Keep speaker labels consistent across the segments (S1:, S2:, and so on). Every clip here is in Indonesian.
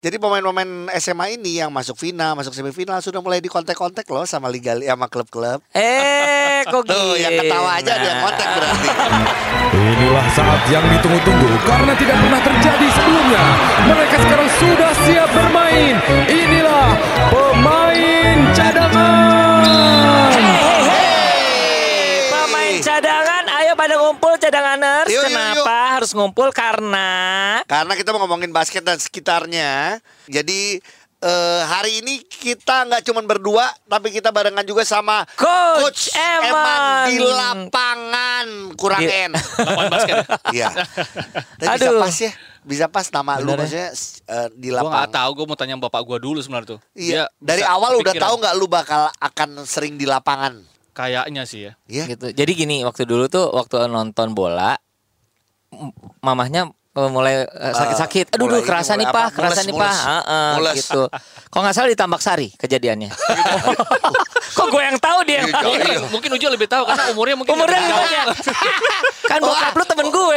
S1: Jadi pemain-pemain SMA ini yang masuk final, masuk semifinal sudah mulai dikontak-kontak loh sama liga sama klub-klub. Nah.
S2: Eh, kok Nah.
S1: Tuh, yang ketawa aja dia kontak berarti.
S3: Inilah saat yang ditunggu-tunggu karena tidak pernah terjadi sebelumnya. Mereka sekarang sudah siap bermain. Inilah pemain cadangan.
S1: Hey.
S2: Pemain cadangan, ayo pada ngumpul cadanganers.
S1: Yuk, yuk,
S2: Kenapa harus ngumpul? Karena
S1: Karena kita mau ngomongin basket dan sekitarnya. Jadi eh, hari ini kita nggak cuma berdua, tapi kita barengan juga sama
S2: Coach
S1: Eman.
S2: Eman.
S1: di lapangan kurang N.
S2: Di-
S1: basket. Iya. Tapi Bisa
S2: Aduh.
S1: pas ya, bisa pas nama lu
S2: Bener
S1: maksudnya eh, di
S4: Gue nggak
S1: lapangan.
S4: tahu, gue mau tanya bapak gue dulu sebenarnya tuh.
S1: Iya,
S4: Dia
S1: dari
S4: bisa
S1: awal udah
S4: kepikiran.
S1: tahu nggak lu bakal akan sering di lapangan?
S4: Kayaknya sih ya.
S1: Iya.
S2: gitu. Jadi gini, waktu dulu tuh waktu nonton bola m- mamahnya eh, mulai eh, sakit-sakit. Aduh,
S1: Ah, mulai
S2: duh,
S1: ini,
S2: kerasa
S1: mulai
S2: nih, Pak.
S1: apa?
S2: Kerasa
S1: Mules,
S2: nih, Pak.
S1: mules.
S2: Heeh,
S1: Mules.
S2: gitu. Kalau nggak salah di Tambak Sari kejadiannya. Kok gue yang tahu dia
S1: Iya.
S2: yang tahu.
S4: Mungkin, mungkin Ujo lebih tahu karena umurnya mungkin
S2: Umurnya
S4: lebih
S2: lebih
S4: jauh.
S2: banyak. Iya. kan bokap lu temen gue.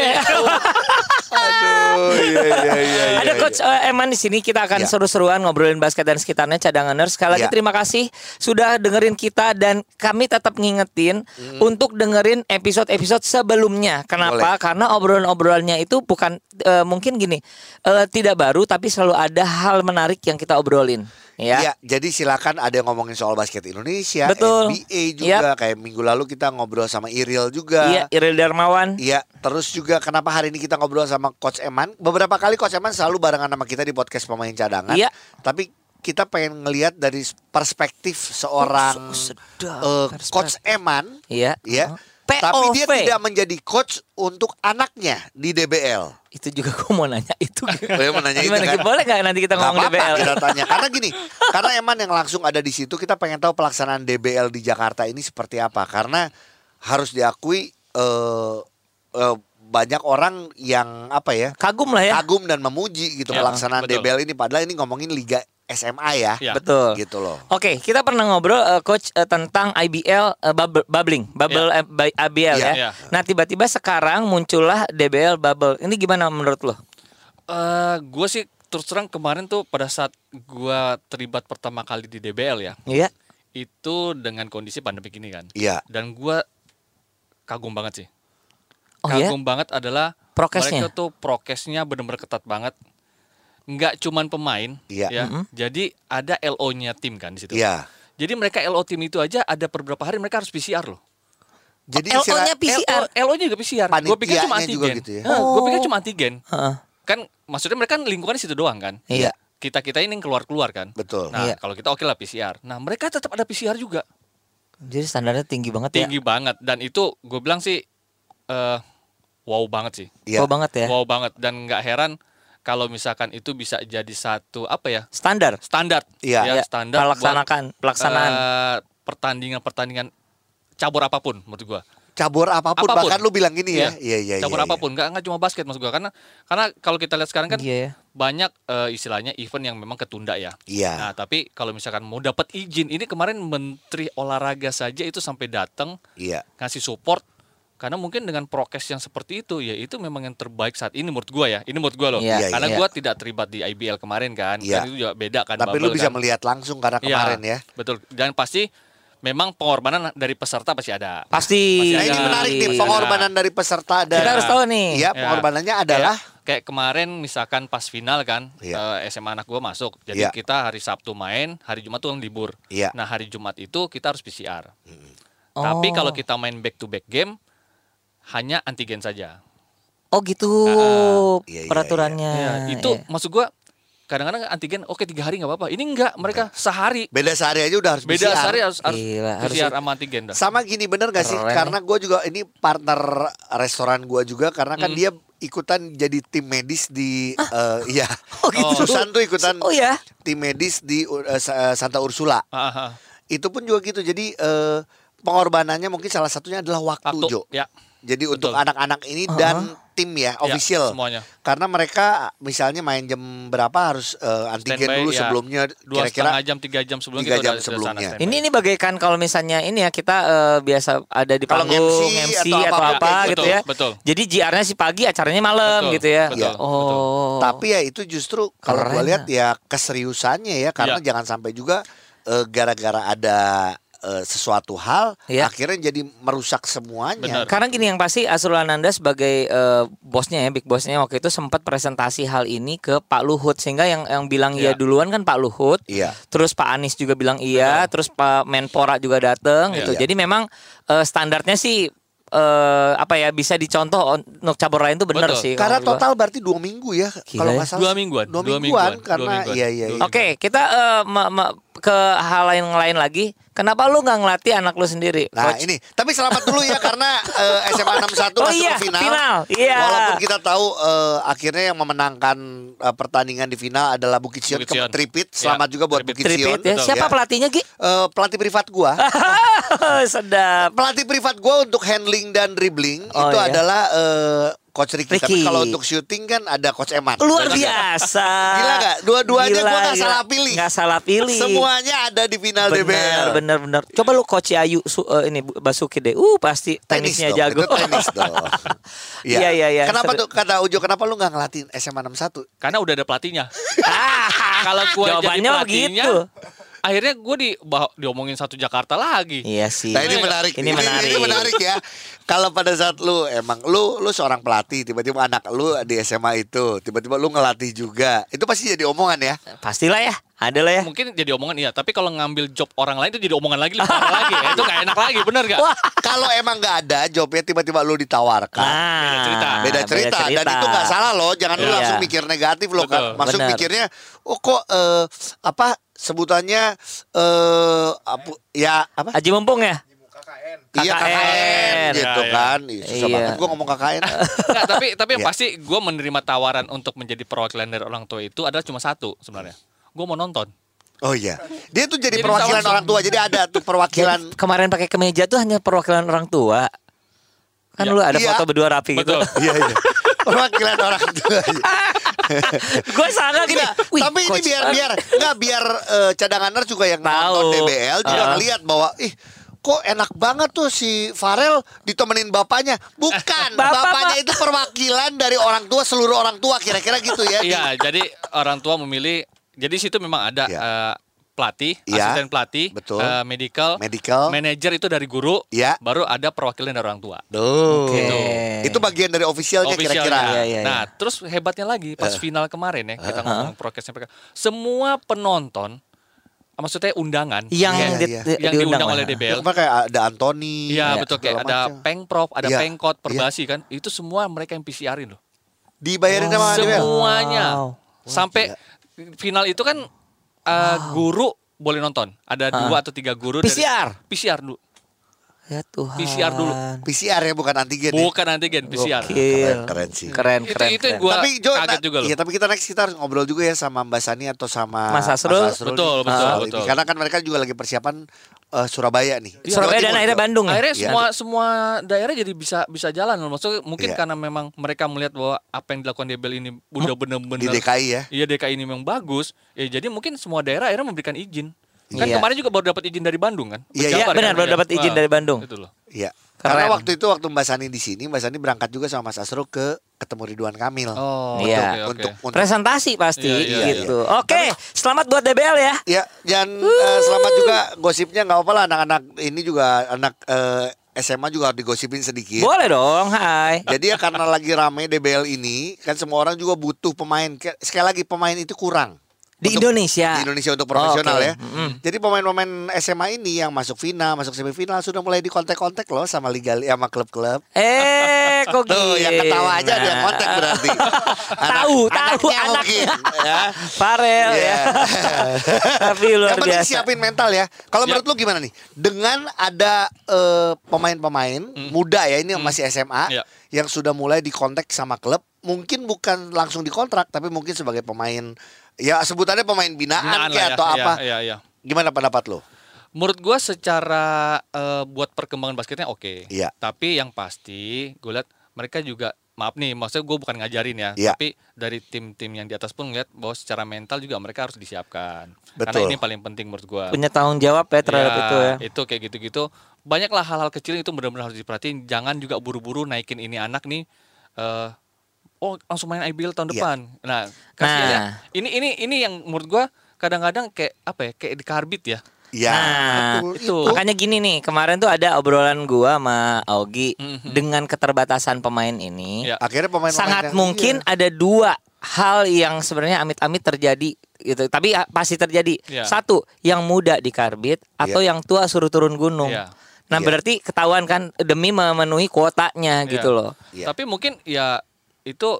S1: Aduh, iya, iya, iya,
S2: Ada
S1: iya,
S2: coach eh, Eman di sini kita akan
S1: Iya.
S2: seru-seruan ngobrolin basket dan sekitarnya cadanganers. Sekali lagi
S1: Iya.
S2: terima kasih sudah dengerin kita dan kami tetap ngingetin
S1: Hmm.
S2: untuk dengerin episode-episode sebelumnya. Kenapa? Karena obrolan-obrolannya itu bukan eh, mungkin gini eh, tidak baru tapi selalu ada hal menarik yang kita obrolin. Ya.
S1: Iya, jadi silakan ada yang ngomongin soal basket Indonesia,
S2: Betul.
S1: NBA juga kayak minggu lalu kita ngobrol sama Iril juga.
S2: Iya, Iril Darmawan.
S1: Iya, terus juga kenapa hari ini kita ngobrol sama Coach Eman? Beberapa kali Coach Eman selalu barengan sama kita di podcast pemain cadangan.
S2: Iya.
S1: Tapi kita pengen ngelihat dari perspektif seorang
S2: Oh, se- sedap
S1: eh,
S2: perspektif.
S1: Coach Eman,
S2: Iya.
S1: ya.
S2: POV.
S1: Tapi dia tidak menjadi coach untuk anaknya di DBL.
S2: Itu juga gue mau nanya itu.
S1: Boleh menanya itu
S2: Gimana,
S1: kan?
S2: Boleh nggak nanti kita
S1: Nggak
S2: ngomong
S1: apa-apa
S2: DBL?
S1: kita tanya. Karena gini, karena Eman yang langsung ada di situ, kita pengen tahu pelaksanaan DBL di Jakarta ini seperti apa. Karena harus diakui eh, eh, banyak orang yang apa ya,
S2: Kagum lah ya.
S1: kagum dan memuji gitu
S4: Ya,
S1: pelaksanaan
S4: betul.
S1: DBL ini. Padahal ini ngomongin Liga SMA ya,
S4: Ya.
S2: Betul.
S1: gitu loh.
S2: Oke, kita pernah ngobrol eh, coach eh, tentang IBL eh, bubble- bubbling, bubble eh, by IBL
S1: Iya.
S2: ya.
S4: Iya.
S2: Nah, tiba-tiba sekarang muncullah DBL bubble. Ini gimana menurut lo?
S4: Eh, gue sih terus terang kemarin tuh pada saat gue terlibat pertama kali di DBL ya,
S2: Iya.
S4: itu dengan kondisi pandemi gini kan.
S1: Iya.
S4: Dan gue kagum banget sih.
S2: Oh
S1: iya?
S2: ya.
S4: kagum banget adalah
S2: Prokesnya?
S4: mereka tuh prokesnya benar-benar ketat banget. Nggak cuman pemain,
S1: Iya.
S4: ya. Jadi ada LO-nya tim kan di situ.
S1: Iya.
S4: Jadi mereka LO tim itu aja ada per beberapa hari mereka harus PCR loh.
S1: Jadi
S2: Oh,
S1: istilah-
S2: LO-nya PCR.
S4: LO-nya juga PCR. Gue pikir cuma
S1: Panitianya juga
S4: antigen.
S1: gitu ya.
S4: Gue pikir cuma antigen.
S2: Heeh.
S4: Kan maksudnya mereka kan lingkungan di situ doang kan.
S2: Iya.
S4: Kita kita ini yang keluar keluar kan.
S1: Betul.
S4: Nah
S2: Iya.
S4: kalau kita oke lah PCR. Nah mereka tetap ada PCR juga.
S2: Jadi standarnya tinggi banget ya?
S1: Iya.
S4: Tinggi banget dan itu gue bilang sih eh wow banget sih.
S1: iya.
S2: ya. Tinggi banget ya.
S4: Wow banget dan nggak heran kalau misalkan itu bisa jadi satu apa ya
S2: Standar.
S4: standar
S1: Iya.
S4: ya,
S2: Iya,
S4: standar buat,
S2: pelaksanakan- pelaksanaan.
S4: eh, pertandingan-pertandingan cabur apapun menurut gua
S1: cabur apapun,
S4: Apapun.
S1: bahkan lu bilang gini ya. Iya, iya, iya,
S4: cabur
S1: iya.
S4: apapun nggak nggak cuma basket maksud gua karena karena kalau kita lihat sekarang kan
S2: Iya ya.
S4: banyak eh, istilahnya event yang memang ketunda ya
S1: Iya.
S4: nah tapi kalau misalkan mau dapat izin ini kemarin menteri olahraga saja itu sampai datang
S1: Iya.
S4: ngasih support karena mungkin dengan prokes yang seperti itu ya itu memang yang terbaik saat ini menurut gua ya ini menurut gua loh
S2: Iya,
S1: iya,
S4: karena
S2: iya.
S4: gua tidak terlibat di IBL kemarin kan
S1: Iya.
S4: kan itu juga beda kan
S1: Tapi lu
S4: bubble
S1: bisa
S4: kan.
S1: melihat langsung karena
S4: Iya,
S1: kemarin ya.
S4: betul dan pasti memang pengorbanan dari peserta pasti ada
S2: Pasti.
S4: Masih
S1: Nah ini
S4: Iya.
S1: menarik nih
S4: Iya.
S1: pengorbanan dari peserta dan
S2: Kita harus tahu nih.
S1: Iya, pengorbanannya adalah
S4: Ya. kayak, kayak kemarin misalkan pas final kan
S1: Iya.
S4: eh, SMA anak gua masuk
S1: Iya.
S4: jadi kita hari Sabtu main hari Jumat tuh libur
S1: Iya.
S4: nah hari Jumat itu kita harus PCR tapi
S2: Oh.
S4: kalau kita main back to back game hanya antigen saja
S2: Oh gitu
S1: Iya, iya,
S2: peraturannya.
S4: Iya, itu
S2: Iya.
S4: maksud gua kadang-kadang antigen oke tiga hari nggak apa-apa. Ini enggak mereka sehari
S1: beda sehari aja udah harus
S4: beda
S1: PCR.
S4: sehari harus harus
S2: Gila, harus-
S4: PCR sama antigen dah.
S1: Sama gini bener gak sih?
S2: Keren nih.
S1: Karena gue juga ini partner restoran gue juga karena
S4: Hmm.
S1: kan dia ikutan jadi tim medis di eh, iya.
S2: Oh gitu.
S1: Susan tuh ikutan
S2: Oh ya.
S1: tim medis di eh, Sa- Santa Ursula.
S4: Ah, ah, ah.
S1: Itu pun juga gitu. Jadi eh, pengorbanannya mungkin salah satunya adalah waktu,
S4: Waktu
S1: Jo.
S4: ya.
S1: Jadi untuk
S4: Betul.
S1: anak-anak ini dan tim ya,
S4: Ya,
S1: official.
S4: semuanya.
S1: Karena mereka misalnya main jam berapa harus eh, antigen
S4: Standby,
S1: dulu
S4: ya.
S1: sebelumnya
S4: dua
S1: kira-kira
S4: setengah jam tiga jam sebelum
S1: tiga jam
S4: kita udah- udah
S1: sebelumnya.
S4: sana standby.
S2: Ini ini bagaikan kalau misalnya ini ya kita eh, biasa ada di
S1: Kalau
S2: panggung
S1: MC
S2: MC,
S1: atau
S2: atau,
S1: apapun
S2: apa
S1: kayak
S2: gitu
S4: gitu.
S2: ya.
S4: Betul.
S2: Jadi JR-nya si pagi, acaranya malam
S4: Betul,
S2: gitu ya.
S4: betul,
S2: oh.
S4: betul.
S1: Tapi ya itu justru kalau
S2: Keren
S1: gue
S2: ya.
S1: lihat ya keseriusannya ya karena
S4: Ya.
S1: jangan sampai juga eh, gara-gara ada eh, sesuatu hal
S2: Ya.
S1: akhirnya jadi merusak semuanya.
S4: Benar.
S2: Karena gini yang pasti Asrul Ananda sebagai eh, bosnya ya big bosnya waktu itu sempat presentasi hal ini ke Pak Luhut sehingga yang yang bilang iya
S4: Iya.
S2: duluan kan Pak Luhut.
S1: Iya.
S2: Terus Pak Anies juga bilang iya, terus Pak Menpora juga datang
S4: Iya.
S2: gitu.
S1: Iya.
S2: Jadi memang eh, standarnya sih eh, apa ya bisa dicontoh on- untuk cabur lain tuh bener
S4: Betul.
S2: sih.
S1: Karena
S2: Iya, kalau menurut gua.
S1: total berarti dua minggu ya kalau
S2: ya.
S1: nggak salah.
S4: Dua mingguan,
S1: Dua mingguan,
S4: dua mingguan, dua
S1: karena
S4: mingguan.
S1: iya iya.
S4: Dua
S1: iya.
S4: mingguan.
S2: Oke, kita eh, me- me- ke hal lain lain lagi. Kenapa lu nggak ngelatih anak lu sendiri?
S1: Nah
S2: Coach?
S1: ini, tapi selamat dulu ya karena eh, SMA 61
S2: Oh
S1: masuk
S2: iya,
S1: ke final.
S2: final. Iya.
S1: Walaupun kita tahu eh, akhirnya yang memenangkan eh, pertandingan di final adalah Bukit Sion,
S4: Bukit
S1: ke
S4: Sion.
S1: Tripit. Selamat
S4: Ya,
S1: juga buat
S4: Tripit.
S1: Bukit Sion.
S2: Tripit ya.
S4: betul,
S2: Siapa
S1: ya.
S2: pelatihnya Gi?
S1: Eh, pelatih privat gua.
S2: Sedap.
S1: pelatih privat gua untuk handling dan dribbling
S2: Oh,
S1: itu
S2: iya.
S1: adalah eh, coach Ricky. Tapi
S2: Ricky.
S1: kalau untuk shooting kan ada coach Eman.
S2: Luar
S4: Benar.
S2: biasa.
S1: Gila nggak? Dua-duanya
S2: Gila,
S1: gua nggak
S2: gila.
S1: salah pilih.
S2: Nggak salah pilih.
S1: Semuanya ada di final DBL.
S2: benar, benar, benar. Coba lu coach Ayu su- eh, ini Bu- Basuki deh. Uh pasti
S1: Tenis
S2: teknisnya
S1: dong,
S2: jago.
S1: Itu tenis dong.
S2: Iya, iya, iya.
S1: Kenapa
S2: Seru.
S1: tuh kata Ujo kenapa lu nggak ngelatih SMA 61?
S4: Karena udah ada pelatihnya.
S2: Ah,
S4: Kalau gua jadi
S2: Jawabannya gitu.
S4: pelatihnya,
S2: begitu.
S4: akhirnya gua di bah- diomongin satu Jakarta lagi.
S2: Iya sih.
S1: Nah ini menarik.
S2: Ini menarik.
S1: Ini, menarik ya. Kalau pada saat lu emang lu lu seorang pelatih, tiba-tiba anak lu di SMA itu, tiba-tiba lu ngelatih juga, itu pasti jadi omongan ya.
S2: Pastilah ya. Ada lah ya.
S4: Mungkin jadi omongan iya, tapi kalau ngambil job orang lain itu jadi omongan lagi, lebih parah lagi. Ya, Itu gak enak lagi, bener gak?
S1: Kalau emang nggak ada jobnya, tiba-tiba lu ditawarkan.
S4: beda cerita.
S2: Nah,
S1: beda, cerita. dan itu nggak salah loh. Jangan lu
S2: Iya.
S1: langsung mikir negatif loh kan.
S4: Betul.
S1: Masuk
S2: Benar.
S1: mikirnya, oh kok eh, apa sebutannya eh apa ya apa
S2: Haji Mumpung ya?
S1: Iya
S2: KKN.
S1: KKN gitu
S4: Ya, ya.
S1: kan. Ih, susah
S2: Iya.
S1: banget gue ngomong KKN.
S4: Nggak, tapi tapi yang
S1: Iya.
S4: pasti gue menerima tawaran untuk menjadi perwakilan dari orang tua itu adalah cuma satu sebenarnya. Gue mau nonton.
S1: Oh iya. Dia tuh jadi
S4: Jadi
S1: perwakilan
S4: sama-sama.
S1: orang tua. Jadi ada tuh perwakilan
S2: Jadi kemarin pakai kemeja tuh hanya perwakilan orang tua. Kan
S4: Iya.
S2: lu ada
S1: Iya.
S2: foto berdua rapi gitu.
S4: Betul.
S1: Iya iya. Perwakilan orang tua.
S2: Gue sangat gini.
S1: Enggak,
S2: "Wih,
S1: tapi ini
S2: coach,
S1: biar
S2: eh,
S1: biar enggak biar eh, cadanganer juga yang
S2: Tahu.
S1: nonton DBL juga
S2: Heeh.
S1: ngeliat bahwa ih kok enak banget tuh si Farel ditemenin bapaknya. Bukan,
S2: Bapak,
S1: bapaknya itu perwakilan dari orang tua seluruh orang tua kira-kira gitu ya.
S4: Iya, jadi orang tua memilih. Jadi situ memang ada
S1: Iya.
S4: eh, pelatih,
S1: Iya.
S4: asisten pelatih,
S1: Betul.
S4: eh, medical,
S1: Medical.
S4: manager itu dari guru,
S1: Iya.
S4: baru ada perwakilan dari orang tua.
S1: Duh.
S2: Oke.
S1: Itu bagian dari ofisialnya kira-kira.
S4: Officialnya.
S2: Iya, iya,
S4: Nah, terus hebatnya lagi
S1: Eh.
S4: pas final kemarin ya kita ngomong prokesnya mereka. Semua penonton, maksudnya undangan
S2: yang
S1: Iya,
S2: di-
S1: iya.
S2: di-
S4: yang diundang
S2: lah.
S4: oleh DBL.
S1: Kemarin kayak ada Anthony.
S4: Iya betul kayak
S1: segala
S4: ada
S1: macam.
S4: pengprov, ada
S1: Iya,
S4: pengkot,
S1: iya.
S4: perbasi kan. Itu semua mereka yang PCR-in loh.
S1: Dibayarin sama DBL.
S4: Semuanya.
S2: Wow.
S4: Sampai final itu kan uh, guru boleh nonton. Ada
S1: Ah.
S4: dua atau tiga guru
S2: PCR?
S4: dari PCR dulu.
S2: Ya Tuhan.
S4: PCR dulu.
S1: PCR ya bukan antigen. ya?
S4: Bukan antigen PCR.
S2: Gokil.
S1: Keren, keren sih.
S2: Keren,
S4: Itu-
S2: keren.
S4: itu yang
S2: keren.
S4: gua-
S1: tapi Jo,
S4: kaget
S1: na-
S4: juga loh.
S1: Iya, tapi kita next kita harus ngobrol juga ya sama Mbak Sani atau sama
S2: Mas Asrul.
S4: Betul,
S1: nih,
S4: betul,
S1: soal
S4: betul.
S1: Ini. Karena kan mereka juga lagi persiapan eh, Surabaya nih.
S2: Iya, Surabaya dan akhirnya Bandung. ya?
S4: Akhirnya
S1: Iya.
S4: semua semua daerah jadi bisa bisa jalan loh. Maksudnya mungkin
S1: Iya.
S4: karena memang mereka melihat bahwa apa yang dilakukan DBL ini udah
S1: Di
S4: bener-bener
S1: DKI ya.
S4: Iya DKI ini memang bagus. Ya jadi mungkin semua daerah akhirnya memberikan izin. Kan
S2: Iya.
S4: kemarin juga baru dapat izin dari Bandung kan?
S1: Iya,
S4: Pejabat
S1: iya,
S4: kan?
S2: benar, baru dapat izin
S4: Wah,
S2: dari Bandung.
S4: Itu loh.
S1: Iya.
S2: Keren.
S1: Karena waktu itu waktu Mbak Sani di sini, Mbak Sani berangkat juga sama Mas Asrul ke ketemu Ridwan Kamil.
S2: Iya.
S4: Oh, oke, oke, oke.
S1: Untuk untuk
S2: Presentasi pasti
S4: Iya, iya,
S2: gitu. Oke, selamat buat DBL ya.
S1: Ya, dan eh, selamat juga gosipnya nggak apa-apa lah anak-anak ini juga anak eh, SMA juga harus digosipin sedikit.
S2: Boleh dong, hai.
S1: Jadi ya karena lagi rame DBL ini kan semua orang juga butuh pemain. Ke- Sekali lagi pemain itu kurang.
S2: Di
S1: Untuk-
S2: Indonesia.
S1: Di Indonesia untuk profesional
S2: Iya. Oh, Oke.
S1: ya. Jadi pemain-pemain SMA ini yang masuk final, masuk semifinal sudah mulai dikontak-kontak loh sama liga ya, sama klub-klub. Iya.
S2: Eh, kok gitu.
S1: Tuh, yang ketawa aja ada yang kontak berarti.
S2: Tahu, tahu
S1: anaknya mungkin,
S2: anaknya.
S1: ya.
S2: Farel
S1: Iya.
S2: ya. Tapi luar
S1: yang penting
S2: biasa.
S1: siapin mental ya. Kalau
S4: Ya.
S1: menurut lu gimana nih? Dengan ada eh, pemain-pemain muda ya ini yang masih SMA
S4: Ya.
S1: yang sudah mulai dikontak sama klub, mungkin bukan langsung dikontrak tapi mungkin sebagai pemain ya sebutannya pemain binaan,
S4: Binaan
S1: kayak
S4: lah ya.
S1: atau
S4: Iya,
S1: apa.
S4: Iya, iya.
S1: Gimana pendapat lu?
S4: Menurut gua secara eh, buat perkembangan basketnya oke.
S1: Iya.
S4: Tapi yang pasti gue lihat mereka juga maaf nih maksudnya gue bukan ngajarin ya
S1: Iya.
S4: tapi dari tim-tim yang di atas pun ngeliat bahwa secara mental juga mereka harus disiapkan karena
S1: Betul.
S4: ini paling penting menurut gue
S2: punya tanggung jawab ya terhadap itu ya.
S4: kayak gitu-gitu. Banyaklah hal-hal kecil itu benar-benar harus diperhatiin. Jangan juga buru-buru naikin ini anak nih. eh, oh langsung main IBL
S1: Iya.
S4: tahun depan. Nah, kasihannya,
S2: Nah.
S4: ini ini ini yang menurut gua kadang-kadang kayak apa ya kayak dikarbit ya.
S1: Ya,
S2: Nah,
S1: betul.
S4: itu.
S2: Makanya gini nih, kemarin tuh ada obrolan gua sama Augie
S4: Mhm.
S2: dengan keterbatasan pemain ini.
S4: Iya.
S1: Akhirnya pemain
S2: sangat mungkin
S1: iya.
S2: ada dua hal yang sebenarnya amit-amit terjadi gitu. Tapi ah, pasti terjadi.
S4: Iya.
S2: Satu, yang muda dikarbit atau yang tua suruh turun gunung.
S4: Iya.
S2: Nah,
S1: Iya.
S2: berarti ketahuan kan demi memenuhi kuotanya gitu
S4: Iya.
S2: loh.
S1: Iya.
S4: Tapi mungkin ya itu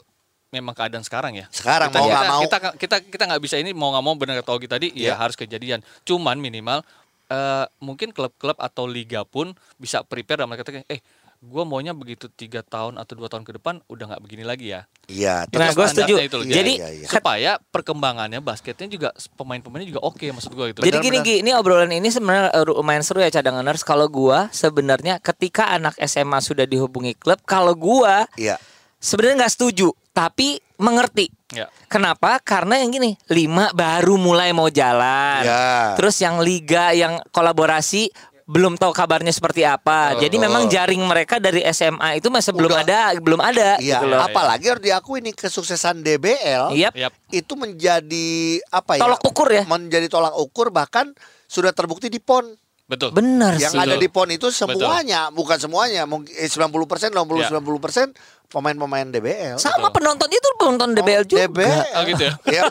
S4: memang keadaan sekarang ya.
S1: Sekarang,
S4: kita,
S1: mau
S4: kita,
S1: nggak mau.
S4: kita kita kita nggak bisa ini mau nggak mau benar kata Ogi tadi
S1: Iya.
S4: ya harus kejadian. Cuman minimal eh, mungkin klub-klub atau liga pun bisa prepare dan mereka katakan eh gua maunya begitu tiga tahun atau dua tahun ke depan udah nggak begini lagi ya
S1: Iya,
S2: Nah,
S1: tetap
S2: gua
S1: standar.
S2: setuju.
S4: standarnya itu loh,
S1: Iya,
S2: Jadi
S1: iya, iya.
S2: ket-
S4: supaya perkembangannya basketnya juga pemain-pemainnya juga oke maksud gua gitu
S2: Jadi
S1: Benar,
S2: gini
S1: benar.
S2: Gi, ini obrolan ini sebenarnya eh, lumayan seru ya cadanganers. Kalau gua sebenarnya ketika anak SMA sudah dihubungi klub, kalau gua
S1: Iya.
S2: sebenarnya nggak setuju, tapi mengerti.
S4: ya
S2: Kenapa? Karena yang gini, lima baru mulai mau jalan.
S1: Ya.
S2: Terus yang liga, yang kolaborasi belum tahu kabarnya seperti apa. Jadi
S1: Betul.
S2: memang jaring mereka dari SMA itu masih belum
S1: Udah.
S2: ada, belum ada
S1: Iya,
S2: gitu loh.
S1: apalagi harus diakui nih kesuksesan DBL
S2: Yap.
S4: Yap.
S1: itu menjadi apa ya?
S2: Tolak ukur ya.
S1: Menjadi tolak ukur bahkan sudah terbukti di PON.
S4: betul
S2: Benar
S1: Yang
S2: sih.
S1: ada di
S4: Betul.
S1: PON itu semuanya, bukan semuanya, mungkin eh, 90%, 80
S4: Iya.
S1: 90% pemain-pemain DBL.
S2: Sama penonton itu penonton DBL juga.
S1: DBL.
S4: Oh, gitu ya?
S1: Iya.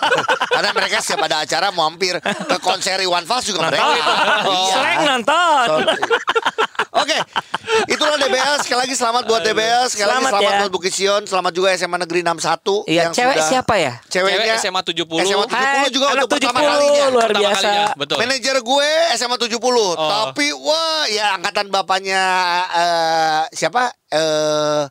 S1: Karena mereka siap ada acara mau hampir ke konser Iwan Fals
S2: Nah,
S1: juga mereka. Iya.
S2: Slang nonton.
S1: Sorry. Oke, itulah DBL. Sekali lagi selamat buat DBL. Sekali
S2: Selamat
S1: lagi selamat
S2: ya.
S1: buat Bukit Sion. Selamat juga SMA Negeri 61.
S2: Iya, cewek siapa ya?
S1: Ceweknya
S4: Cewek SMA 70.
S1: SMA 70 juga
S2: anak
S1: untuk pertama
S2: 70,
S1: kalinya.
S2: luar
S4: Pertama
S2: biasa.
S4: kalinya, betul Oh.
S1: Manajer gue SMA 70, tapi wah ya angkatan bapaknya eh, siapa? Eh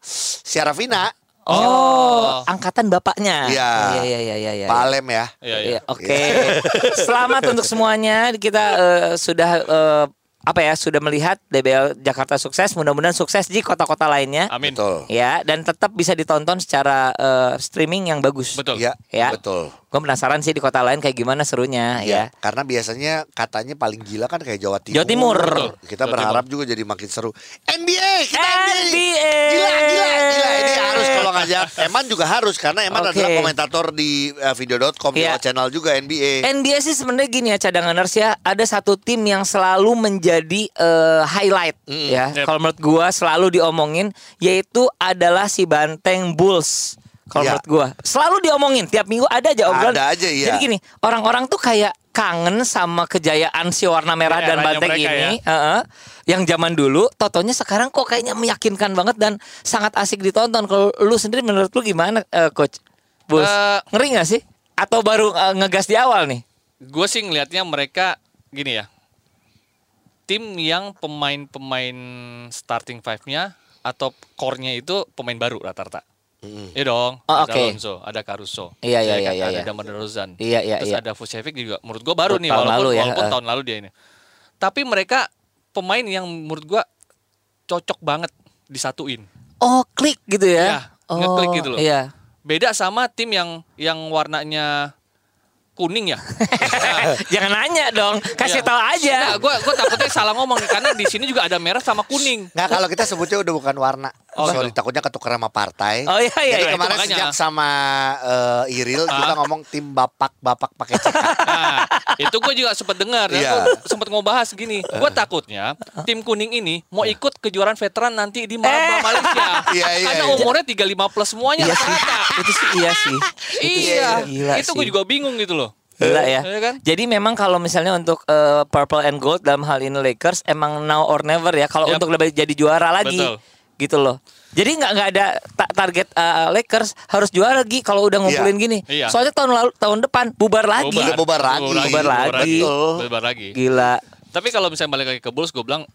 S1: Syarafina,
S2: Oh, angkatan bapaknya.
S1: Iya.
S2: Iya, iya, iya, iya, iya.
S1: Pak Alem ya.
S4: Iya, iya.
S2: Iya, oke. Selamat untuk semuanya. Kita eh, sudah eh, apa ya? Sudah melihat DBL Jakarta sukses. Mudah-mudahan sukses di kota-kota lainnya.
S4: amin
S1: Betul.
S2: Ya, dan tetap bisa ditonton secara eh, streaming yang bagus.
S4: Betul.
S1: Iya,
S2: Ya.
S1: betul.
S2: Gue penasaran sih di kota lain kayak gimana serunya
S1: Ya,
S2: ya.
S1: karena biasanya katanya paling gila kan kayak Jawa Timur.
S2: Jawa Timur. Betul.
S1: Kita
S4: Jawa
S1: berharap juga jadi makin seru. NBA, kita
S2: NBA.
S1: Gila, gila, gila. Ini harus kalau ngajak Eman juga harus karena Eman
S2: Eh. Oke.
S1: adalah komentator di eh, video.com
S2: Iya. Eh,
S1: di channel juga NBA.
S2: NBA sih sebenarnya gini ya cadanganers ya ada satu tim yang selalu menjadi eh, highlight
S1: Hmm,
S2: ya
S4: yep.
S2: kalau menurut gua selalu diomongin yaitu adalah si banteng Bulls kalau
S1: Ya.
S2: menurut gua selalu diomongin tiap minggu ada aja obrolan
S1: Ada aja, iya.
S2: jadi gini orang-orang tuh kayak kangen sama kejayaan si warna merah
S4: Ya,
S2: dan
S4: eranya
S2: banteng
S4: mereka ya.
S2: ini Heeh. yang zaman dulu totonya sekarang kok kayaknya meyakinkan banget dan sangat asik ditonton kalau lu sendiri menurut lu gimana eh, coach Bulls
S4: Eh,
S2: ngeri gak sih atau baru eh, ngegas di awal nih
S4: gue sih ngelihatnya mereka gini ya tim yang pemain-pemain starting five-nya atau core-nya itu pemain baru rata-rata Iya dong,
S2: Oh, oke.
S4: ada Lonzo, ada Caruso,
S2: Iya, iya,
S4: ya kan?
S2: iya, iya.
S4: ada Damar DeRozan,
S2: Iya, iya, iya.
S4: terus ada Vucevic juga. Menurut gua baru
S2: Tahun
S4: nih, walaupun
S2: lalu ya,
S4: walaupun
S2: eh.
S4: tahun lalu dia ini. Tapi mereka pemain yang menurut gua cocok banget disatuin.
S2: Oh klik gitu
S4: Iya,
S2: ya? oh,
S4: ngeklik gitu loh.
S2: Iya.
S4: Beda sama tim yang yang warnanya kuning ya.
S2: Jangan nanya dong, kasih
S4: Iya.
S2: tahu aja.
S4: Nah, gue gue takutnya salah ngomong nih, karena di sini juga ada merah sama kuning.
S1: Nggak kalau kita sebutnya udah bukan warna.
S4: Oh,
S1: Sorry,
S4: gitu.
S1: takutnya ketukar sama partai.
S2: Oh iya iya.
S1: Jadi
S2: iya. Ah.
S4: itu
S1: kemarin
S4: makanya.
S1: sejak sama eh, Iril kita ngomong tim bapak-bapak pakai cek.
S4: Nah, itu gue juga sempat dengar, dan
S1: Iya.
S4: gue sempat ngebahas gini. Gue takutnya tim kuning ini mau ikut kejuaraan veteran nanti di Maba
S2: Eh.
S4: Malaysia.
S1: Iya, iya,
S4: Karena
S1: iya.
S4: umurnya 35 plus semuanya
S2: Iya sih.
S4: rata-rata.
S2: Itu sih iya sih. Itu sih,
S4: Iya,
S2: Gila
S4: itu gue
S2: sih.
S4: juga bingung gitu loh.
S2: Gila ya.
S4: Iya kan?
S2: Jadi memang kalau misalnya untuk eh, purple and gold dalam hal ini Lakers emang now or never ya. Kalau
S4: Yap.
S2: untuk lebih jadi juara lagi,
S4: Betul.
S2: gitu loh. Jadi nggak nggak ada ta- target eh, Lakers harus juara lagi kalau udah ngumpulin
S1: Iya.
S2: gini.
S4: Iya.
S2: Soalnya tahun lalu tahun depan bubar lagi.
S1: Bubar. Bobar lagi.
S2: Bobar lagi.
S1: Betul.
S4: Bobar lagi.
S2: Gila.
S4: Tapi kalau misalnya balik lagi ke Bulls, gue bilang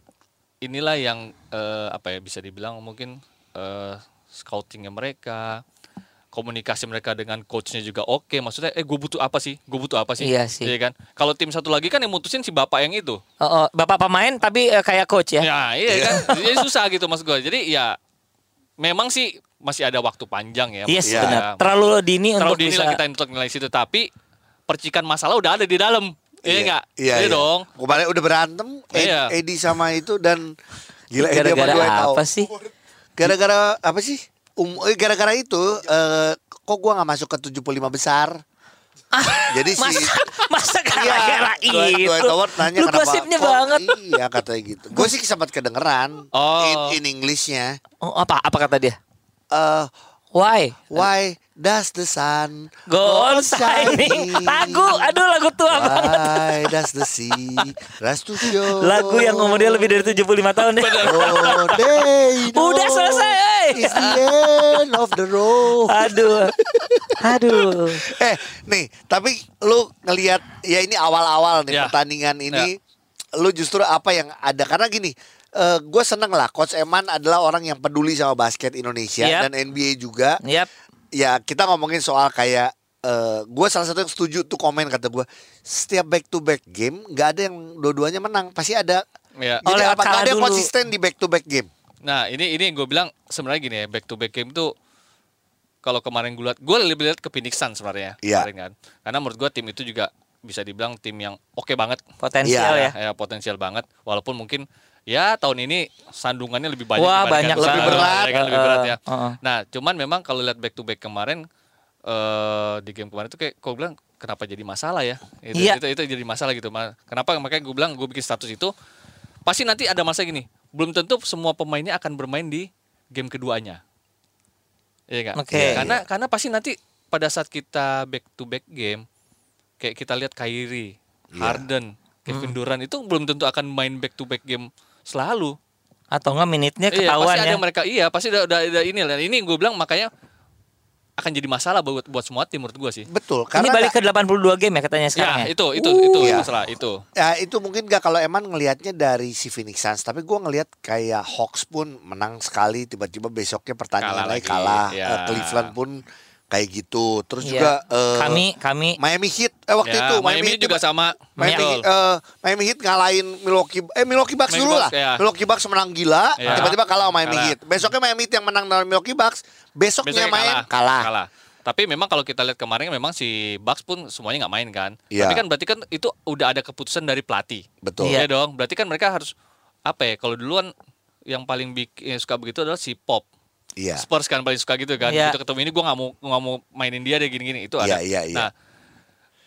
S4: inilah yang eh, apa ya bisa dibilang mungkin eh, scoutingnya mereka, komunikasi mereka dengan coachnya juga oke. Maksudnya, eh gue butuh apa sih? Gue butuh apa sih?
S2: Iya sih.
S4: kan? Kalau tim satu lagi kan yang mutusin si bapak yang itu. iya
S2: Oh, oh, bapak pemain tapi eh, kayak coach ya.
S4: Ya, iya kan. Jadi susah gitu mas gue. Jadi ya memang sih masih ada waktu panjang ya.
S2: Yes,
S1: Iya.
S2: benar. Terlalu dini
S4: Terlalu
S2: untuk
S4: dini
S2: bisa
S4: lah kita untuk nilai situ tapi percikan masalah udah ada di dalam. Iya enggak?
S1: Iya, iya.
S4: dong.
S1: Kemarin udah berantem Ed-
S4: Iya.
S1: Edi sama itu dan gila Edi sama
S2: gara-gara
S1: gue tahu.
S2: apa sih?
S1: Gara-gara apa sih? Um, eh, gara-gara itu eh, kok gua nggak masuk ke 75 besar. Jadi si
S2: Ah,
S1: Iya.
S2: Masa masa gara-gara
S1: Dwight-
S2: itu.
S1: Dwight Howard nanya
S2: gitu. Lu
S1: kenapa
S2: gosipnya
S1: kok-
S2: banget.
S1: Iya katanya gitu. Gue sih sempat kedengeran
S4: Oh.
S1: in, in Englishnya.
S2: Oh, apa apa kata dia?
S1: Eh,
S2: Why?
S1: why does the sun
S2: Go on shining. Lagu, aduh lagu tua banget.
S1: Why does the sea rush to shore?
S2: Lagu yang umurnya lebih dari 75 tahun ya. deh.
S1: Oh, they know
S2: Udah selesai, eh.
S1: It's the end of the road.
S2: Aduh. Aduh.
S1: Eh, nih, tapi lu ngelihat ya ini awal-awal nih
S4: Ya.
S1: pertandingan ini lu justru apa yang ada karena gini, eh gue seneng lah coach Eman adalah orang yang peduli sama basket Indonesia
S2: Yap.
S1: dan NBA juga.
S2: Yap.
S1: Ya, kita ngomongin soal kayak eh gue salah satu yang setuju tuh komen kata gue setiap back to back game nggak ada yang dua-duanya menang pasti ada
S4: Iya.
S1: jadi
S2: Oleh
S1: apa nggak
S2: kalah
S1: ada yang
S2: dulu.
S1: konsisten di back to back game
S4: Nah, ini ini yang gue bilang sebenarnya gini ya, back to back game tuh kalau kemarin gue lihat, gue lebih lihat ke Phoenix Suns sebenarnya
S1: Iya.
S4: kemarin kan. Karena menurut gue tim itu juga bisa dibilang tim yang oke banget.
S2: Potensial
S1: Iya.
S2: ya.
S4: ya. potensial banget. Walaupun mungkin ya tahun ini sandungannya lebih banyak.
S2: Wah,
S4: dibandingkan
S2: banyak
S4: ke
S1: lebih
S4: sana,
S1: berat.
S4: ya kan, lebih berat ya.
S2: Eh, eh.
S4: Nah, cuman memang kalau lihat back to back kemarin eh di game kemarin tuh kayak gue bilang kenapa jadi masalah ya? Itu,
S2: Iya.
S4: itu, itu jadi masalah gitu. Ma- Kenapa makanya gue bilang gue bikin status itu pasti nanti ada masa gini. Belum tentu semua pemainnya akan bermain di game keduanya. Iya nggak?
S2: Oke.
S4: Iya, Karena karena pasti nanti pada saat kita back to back game kayak kita lihat Kyrie,
S1: Iya.
S4: Harden, Kevin Durant itu belum tentu akan main back to back game selalu.
S2: Atau enggak minitnya
S4: Iya,
S2: ketahuan
S4: pasti
S2: ya.
S4: ada mereka iya, pasti udah udah, udah ini dan ini gue bilang makanya akan jadi masalah buat buat semua tim menurut gue sih.
S1: betul
S2: Ini
S1: karena
S2: balik ke 82 game ya katanya sekarang.
S4: Ya,
S2: ya?
S4: itu itu itu
S1: Iya.
S4: masalah itu.
S1: Ya itu mungkin gak kalau Eman ngelihatnya dari si Phoenix Suns, tapi gua ngelihat kayak Hawks pun menang sekali tiba-tiba besoknya pertandingan
S4: Kalah
S1: lagi
S4: lagi,
S1: kalah.
S4: ya.
S1: Eh, Cleveland pun kayak gitu. Terus
S2: Iya.
S1: juga eh,
S2: kami kami
S1: Miami Heat eh waktu
S4: Ya,
S1: itu
S4: Miami,
S1: Heat
S4: juga
S1: tiba-
S4: sama.
S1: Miami,
S4: Betul.
S1: Heat, eh, Miami Heat ngalahin Milwaukee eh Milwaukee Bucks
S4: Milwaukee
S1: dulu lah.
S4: Bucks, ya.
S1: Milwaukee Bucks menang gila,
S4: Ya.
S1: tiba-tiba kalah sama Miami
S4: Kalah.
S1: Heat. Besoknya Miami Heat yang menang dari Milwaukee Bucks, besoknya,
S4: Besoknya
S1: main
S4: kalah.
S1: kalah.
S4: Kalah. Tapi memang kalau kita lihat kemarin memang si Bucks pun semuanya nggak main kan.
S1: Iya.
S4: Tapi kan berarti kan itu udah ada keputusan dari pelatih.
S1: Betul.
S2: Iya.
S4: Iya dong. Berarti kan mereka harus apa ya? Kalau duluan yang paling bikin suka begitu adalah si Pop.
S1: Iya.
S4: Spurs kan paling suka gitu kan.
S2: Iya.
S4: Kita ketemu ini gue nggak mau nggak mau mainin dia deh gini-gini itu
S1: Iya,
S4: ada.
S1: iya, iya.
S4: Nah,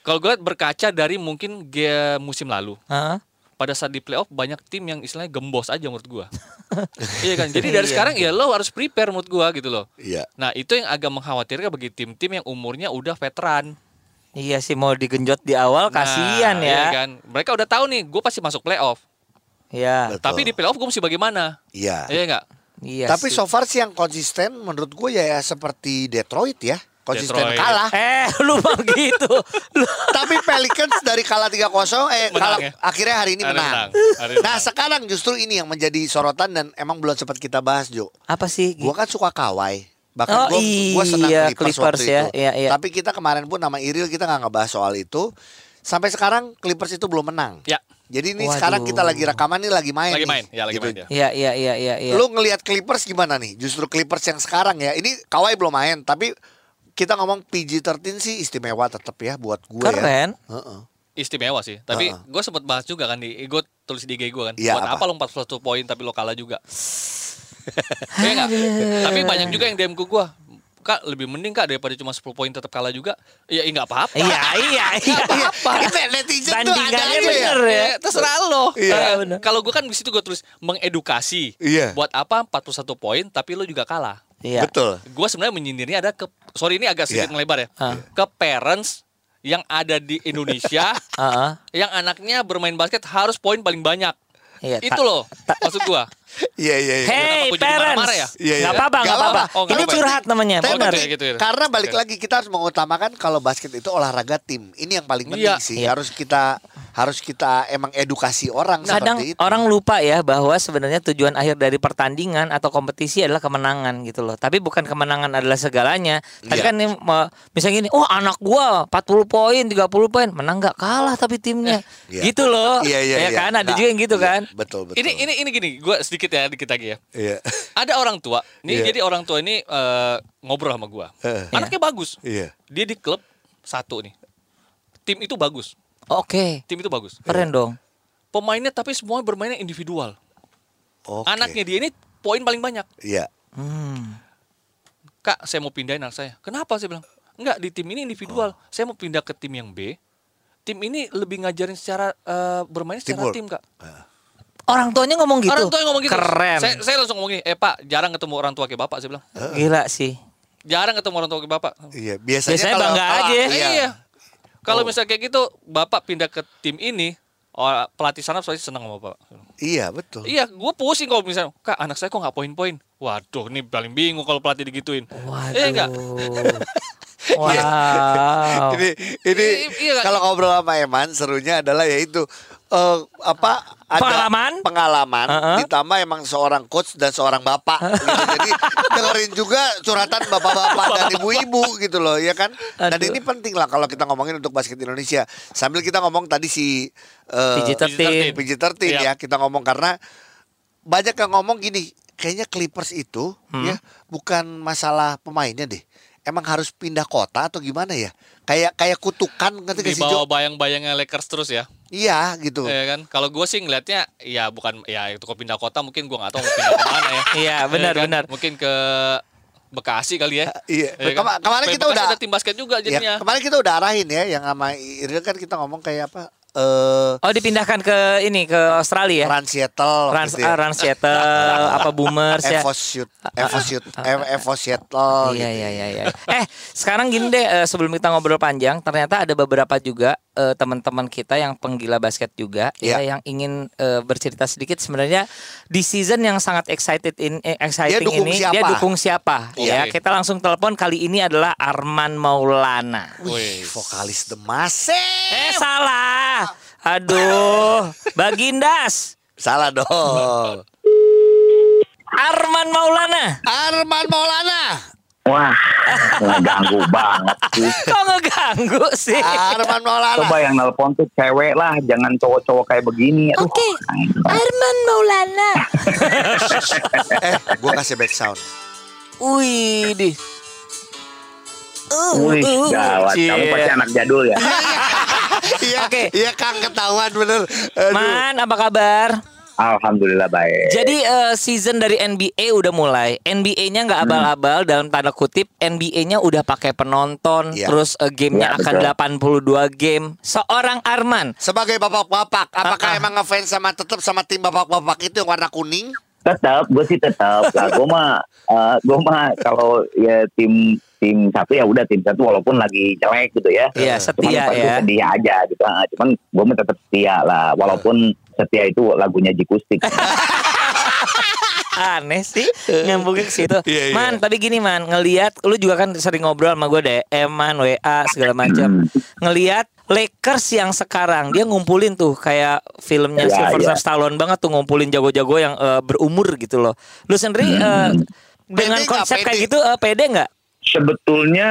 S4: kalau gue berkaca dari mungkin ge- musim lalu
S2: Hah?
S4: pada saat di playoff banyak tim yang istilahnya gembos aja menurut gua. iya kan. Jadi dari
S2: Iya.
S4: sekarang ya lo harus prepare menurut gua gitu loh.
S1: Iya.
S4: Nah, itu yang agak mengkhawatirkan bagi tim-tim yang umurnya udah veteran.
S2: Iya sih mau digenjot di awal
S4: Nah,
S2: kasihan ya.
S4: Iya kan? Mereka udah tahu nih, gue pasti masuk playoff.
S2: Iya.
S1: Betul.
S4: Tapi di playoff gue mesti bagaimana?
S1: Iya.
S4: Iya nggak?
S2: Iya.
S1: Tapi
S2: sih.
S1: so far sih yang konsisten menurut gue ya seperti Detroit ya. Konsisten
S4: Detroit.
S1: kalah.
S2: eh lu mau gitu. Lu
S1: Tapi Pelicans dari kalah 3-0 eh
S4: Menang
S1: kalah-
S4: ya?
S1: akhirnya hari ini
S4: Hari
S1: menang.
S4: menang. Hari
S1: Nah,
S4: menang.
S1: sekarang justru ini yang menjadi sorotan dan emang belum sempat kita bahas, Jo.
S2: apa sih?
S1: Gua kan suka kawai. Bahkan
S2: Oh,
S1: gua, gua senang
S2: iya,
S1: Clippers,
S2: Clippers
S1: waktu
S2: ya.
S1: itu.
S2: Iya, iya.
S1: Tapi kita kemarin pun nama Iril kita nggak ngebahas soal itu. Sampai sekarang Clippers itu belum menang.
S4: Ya.
S1: Jadi ini
S2: Waduh.
S1: sekarang kita lagi rekaman nih lagi main.
S4: Lagi
S1: nih.
S4: main, ya lagi
S1: Gitu.
S4: main ya.
S2: Iya iya iya iya iya.
S1: Lu ngelihat Clippers gimana nih? Justru Clippers yang sekarang ya. Ini Kawhi belum main, tapi kita ngomong PG-13 sih istimewa tetap ya buat gue ya.
S2: Keren.
S1: Heeh.
S4: Istimewa sih. Tapi
S1: Heeh.
S4: gue sempat bahas juga kan di gue tulis di IG gue kan.
S1: Iya,
S4: Buat
S1: apa?
S4: apa? lo 41 poin tapi lo kalah juga? Iya nggak? Tapi banyak juga yang DM ke gue. Kak, lebih mending Kak daripada cuma 10 poin tetap kalah juga. Ya, ya nggak apa-apa.
S2: Iya iya iya.
S1: Iya, Kita netizen tuh ada
S2: Bandingannya
S1: aja ya.
S2: bener ya.
S4: Eh, terserah lo.
S1: Iya.
S4: Eh,
S2: Bener.
S4: Kalau gue kan di situ gue tulis mengedukasi.
S1: Iya.
S4: Buat apa 41 poin tapi lo juga kalah.
S2: Iya.
S1: Betul.
S4: Gue sebenarnya menyindirnya ada ke sorry ini agak sedikit
S1: Iya.
S4: melebar ya.
S2: Ah.
S4: Ke parents yang ada di Indonesia
S2: Heeh.
S4: yang anaknya bermain basket harus poin paling banyak.
S2: Iya, ta-
S4: itu loh maksud gua.
S1: Iya iya iya.
S2: Hey
S4: Kenapa gua jadi
S2: parents.
S4: marah-marah
S1: Iya,
S4: ya?
S1: iya.
S2: Gak apa-apa
S1: Nggak
S2: gak apa-apa.
S1: apa-apa.
S4: Oh, nggak
S2: Ini
S4: apa-apa.
S2: curhat namanya.
S1: Tapi
S4: bener.
S1: benar.
S4: gitu ya, gitu ya.
S1: Karena balik
S4: Oke.
S1: lagi kita harus mengutamakan kalau basket itu olahraga tim. Ini yang paling penting
S4: Iya.
S1: sih.
S2: Iya.
S1: Harus kita harus kita emang edukasi orang
S2: kadang
S1: seperti Nah, itu.
S2: orang lupa ya bahwa sebenarnya tujuan akhir dari pertandingan atau kompetisi adalah kemenangan gitu loh. Tapi bukan kemenangan adalah segalanya. Tadi
S1: Iya.
S2: kan ini, me- misalnya gini, oh anak gua 40 poin, 30 poin, menang nggak kalah tapi timnya.
S1: Iya.
S2: Gitu loh.
S1: Iya iya
S2: ya
S1: iya.
S2: kan ada
S1: Nah,
S2: juga yang gitu
S1: iya,
S2: kan.
S1: Betul betul.
S4: Ini ini ini gini, gua sedikit dikit ya, dikit lagi ya.
S1: Iya.
S4: Ada orang tua. Nih
S1: Iya.
S4: jadi orang tua ini eh, ngobrol sama gua.
S1: Eh.
S4: Anaknya bagus.
S1: Iya.
S4: Dia di klub satu nih. Tim itu bagus.
S1: Iya.
S2: Oke,
S4: Tim itu bagus.
S2: keren dong.
S4: Pemainnya tapi semua bermainnya individual.
S1: Oke.
S2: gitu.
S4: Anaknya dia ini poin paling banyak.
S1: Iya.
S2: Hmm.
S4: Kak, saya mau pindahin anak saya. Kenapa? Saya bilang, enggak di tim ini individual. Saya mau pindah ke tim yang B. Tim ini lebih ngajarin secara eh, bermain secara
S1: Teamwork.
S4: tim, Kak.
S2: Orang tuanya ngomong gitu.
S4: Orang tua yang ngomong gitu.
S2: Keren.
S4: Saya, saya langsung ngomong gini, eh Pak, jarang ketemu orang tua kayak Bapak. Saya bilang,
S2: Gila sih.
S4: jarang ketemu orang tua kayak Bapak.
S1: Iya. Biasanya,
S2: Biasanya
S1: kalau-
S2: bangga
S1: kalau-
S2: aja ya.
S1: Iya.
S4: Iya. Kalau
S1: Oh.
S4: misalnya kayak gitu, Bapak pindah ke tim ini, orang- pelatih sana pasti senang sama Bapak.
S1: Iya betul.
S4: Iya, gue pusing kalau misalnya, Kak, anak saya kok nggak poin-poin? Waduh, ini paling bingung kalau pelatih digituin.
S2: Waduh.
S4: Iya enggak?
S2: wow.
S1: Ini ini
S4: I- iya kan?
S1: kalau ngobrol sama Eman serunya adalah yaitu eh, apa ada
S2: Pengalaman?
S1: pengalaman
S2: Heeh.
S1: ditambah emang seorang coach dan seorang bapak gitu. jadi dengerin juga curhatan bapak-bapak dan ibu-ibu gitu loh ya kan dan
S2: Aduh.
S1: ini penting lah kalau kita ngomongin untuk basket Indonesia sambil kita ngomong tadi si eh,
S2: Digital
S4: Digital team.
S1: PG 13
S4: Iya.
S1: ya kita ngomong karena banyak yang ngomong gini, kayaknya Clippers itu ya bukan masalah pemainnya deh. Emang harus pindah kota atau gimana ya? Kayak kayak kutukan ngerti
S4: Di
S1: gak sih Jo?
S4: bawah bayang-bayangnya Lakers terus ya.
S1: Iya gitu.
S4: Iya kan? Kalau gue sih ngelihatnya ya bukan ya itu kok pindah kota mungkin gue nggak tahu mau pindah ke mana ya.
S2: Iya, benar,
S4: kan?
S2: benar.
S4: Mungkin ke Bekasi kali ya.
S1: Iya.
S4: Iya
S1: Kema- kemarin
S4: Supaya
S1: kita
S4: Bekasi
S1: udah-
S4: ada tim basket juga
S1: Ya,
S4: jadinya.
S1: kemarin kita udah arahin ya yang sama Iril kan kita ngomong kayak apa? Eh
S2: Oh dipindahkan ke ini ke Australia ya?
S1: Run Seattle
S2: Rans,
S1: gitu ya.
S2: ah, Rans Shuttle, apa Boomers ya?
S1: Evo Shoot, Evo Shoot, Evo Seattle
S2: Iya
S1: gitu.
S2: iya iya iya. Eh, sekarang gini deh eh, sebelum kita ngobrol panjang, ternyata ada beberapa juga eh, teman-teman kita yang penggila basket juga
S1: Iya.
S2: ya yang ingin eh, bercerita sedikit sebenarnya di season yang sangat excited in eh, exciting
S1: dukung
S2: ini
S1: siapa?
S2: dia dukung siapa
S4: Oke.
S2: ya. Kita langsung telepon kali ini adalah Arman Maulana.
S1: Wih, vokalis The Massive.
S2: Eh salah. Aduh, Bagindas.
S1: Salah dong.
S2: Arman Maulana.
S1: Arman Maulana.
S5: Wah, ngeganggu banget sih.
S2: Kok ngeganggu sih?
S1: Arman Maulana.
S5: Coba yang nelpon tuh cewek lah, jangan cowok-cowok kayak begini. Aduh,
S2: Oke, Arman Maulana.
S1: eh, gua kasih back sound.
S2: Wih, di. Uh,
S5: Wih, gawat.
S2: Iya.
S5: Kamu pasti anak jadul ya.
S1: Iya,
S2: Oke.
S1: iya Kang ketahuan bener. Eh, Aduh.
S2: Man, apa kabar?
S5: Alhamdulillah baik.
S2: Jadi eh, season dari NBA udah mulai. NBA-nya nggak
S5: Hmm.
S2: abal-abal dalam tanda kutip. NBA-nya udah pakai penonton.
S1: Iya.
S2: Terus eh, gamenya
S5: Iya,
S2: akan
S5: betul.
S2: 82 game. Seorang Arman.
S1: Sebagai bapak-bapak, apakah
S2: Ah, ah.
S1: emang ngefans sama tetap sama tim bapak-bapak itu yang warna kuning?
S5: Tetap, gue sih tetap. Lah, gue mah, eh, gue mah kalau ya tim tim satu ya udah tim satu walaupun lagi jelek gitu ya.
S2: Iya,
S5: Cuman
S2: setia
S5: pas gua
S2: ya.
S5: setia aja gitu. Ah, Cuman gue mah tetap setia lah, walaupun setia itu lagunya Jikustik.
S2: aneh sih nyambungin ke situ.
S1: Iya, iya.
S2: Man, tapi gini man, ngelihat lu juga kan sering ngobrol sama gue deh, Eman, WA segala macam.
S5: Hmm.
S2: Ngelihat Lakers yang sekarang dia ngumpulin tuh kayak filmnya
S5: Iya,
S2: Sylvester
S5: iya.
S2: Stallone banget tuh ngumpulin jago-jago yang eh, berumur gitu loh. Lu
S5: Hmm.
S2: sendiri eh, dengan
S1: Pede nggak,
S2: konsep kayak
S1: pede?
S2: gitu eh, pede nggak?
S5: sebetulnya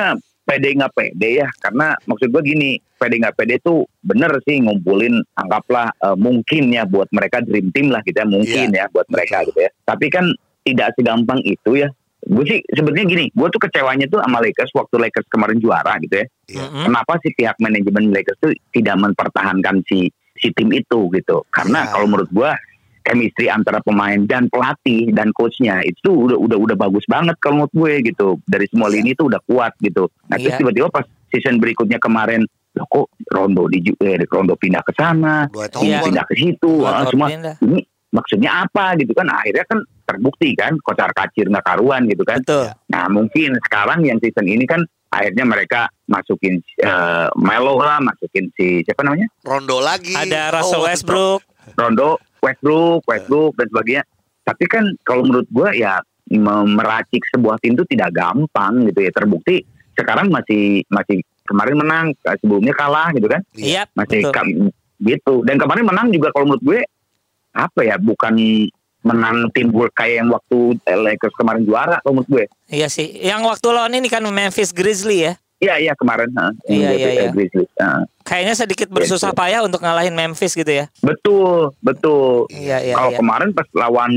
S5: pede nggak pede ya karena maksud gue gini pede nggak pede tuh bener sih ngumpulin anggaplah eh, mungkin ya buat mereka dream team lah gitu ya mungkin ya buat mereka gitu ya tapi kan tidak segampang itu ya gue sih sebenarnya gini gue tuh kecewanya tuh sama Lakers waktu Lakers kemarin juara gitu ya
S1: Iya.
S2: Mm-mm.
S5: kenapa sih pihak manajemen Lakers tuh tidak mempertahankan si si tim itu gitu karena
S1: Ya.
S5: kalau menurut gua chemistry antara pemain dan pelatih dan coachnya itu tuh udah udah udah bagus banget kalau menurut gue gitu dari semua lini itu udah kuat gitu nah terus
S2: Iya.
S5: tiba-tiba pas season berikutnya kemarin loh kok Rondo di eh, Rondo pindah ke sana
S1: Dua
S2: Iya.
S5: ini
S1: tombol.
S5: pindah ke situ
S2: Buat
S5: ah,
S2: Lord
S5: cuma
S2: Pindah.
S5: ini maksudnya apa gitu kan akhirnya kan terbukti kan kocar kacir nggak karuan gitu kan
S1: Iya.
S2: Betul.
S5: Nah mungkin sekarang yang season ini kan akhirnya mereka masukin eh, Melo lah, masukin si siapa namanya
S1: Rondo lagi.
S2: Ada
S1: Oh,
S2: Russell Westbrook.
S5: Rondo, Westbrook, Westbrook dan sebagainya. Tapi kan kalau menurut gua ya me- meracik sebuah tim itu tidak gampang gitu ya. Terbukti sekarang masih masih kemarin menang, sebelumnya kalah gitu kan.
S1: Iya.
S2: Iya,
S5: Masih
S2: betul.
S5: kam- gitu. Dan kemarin menang juga kalau menurut gue apa ya bukan menang tim gue kayak yang waktu eh, Lakers kemarin juara kalau menurut gue.
S2: Iya sih. Yang waktu lawan ini kan Memphis Grizzly ya.
S5: Iya iya kemarin. ha.
S2: Iya,
S5: Yang
S2: iya,
S5: di-
S2: iya.
S5: Grizzlies, ha.
S2: Kayaknya
S5: Iya,
S2: sedikit bersusah payah untuk ngalahin Memphis gitu ya.
S5: Betul, betul.
S2: Iya, iya,
S5: Kalau
S2: iya.
S5: kemarin pas lawan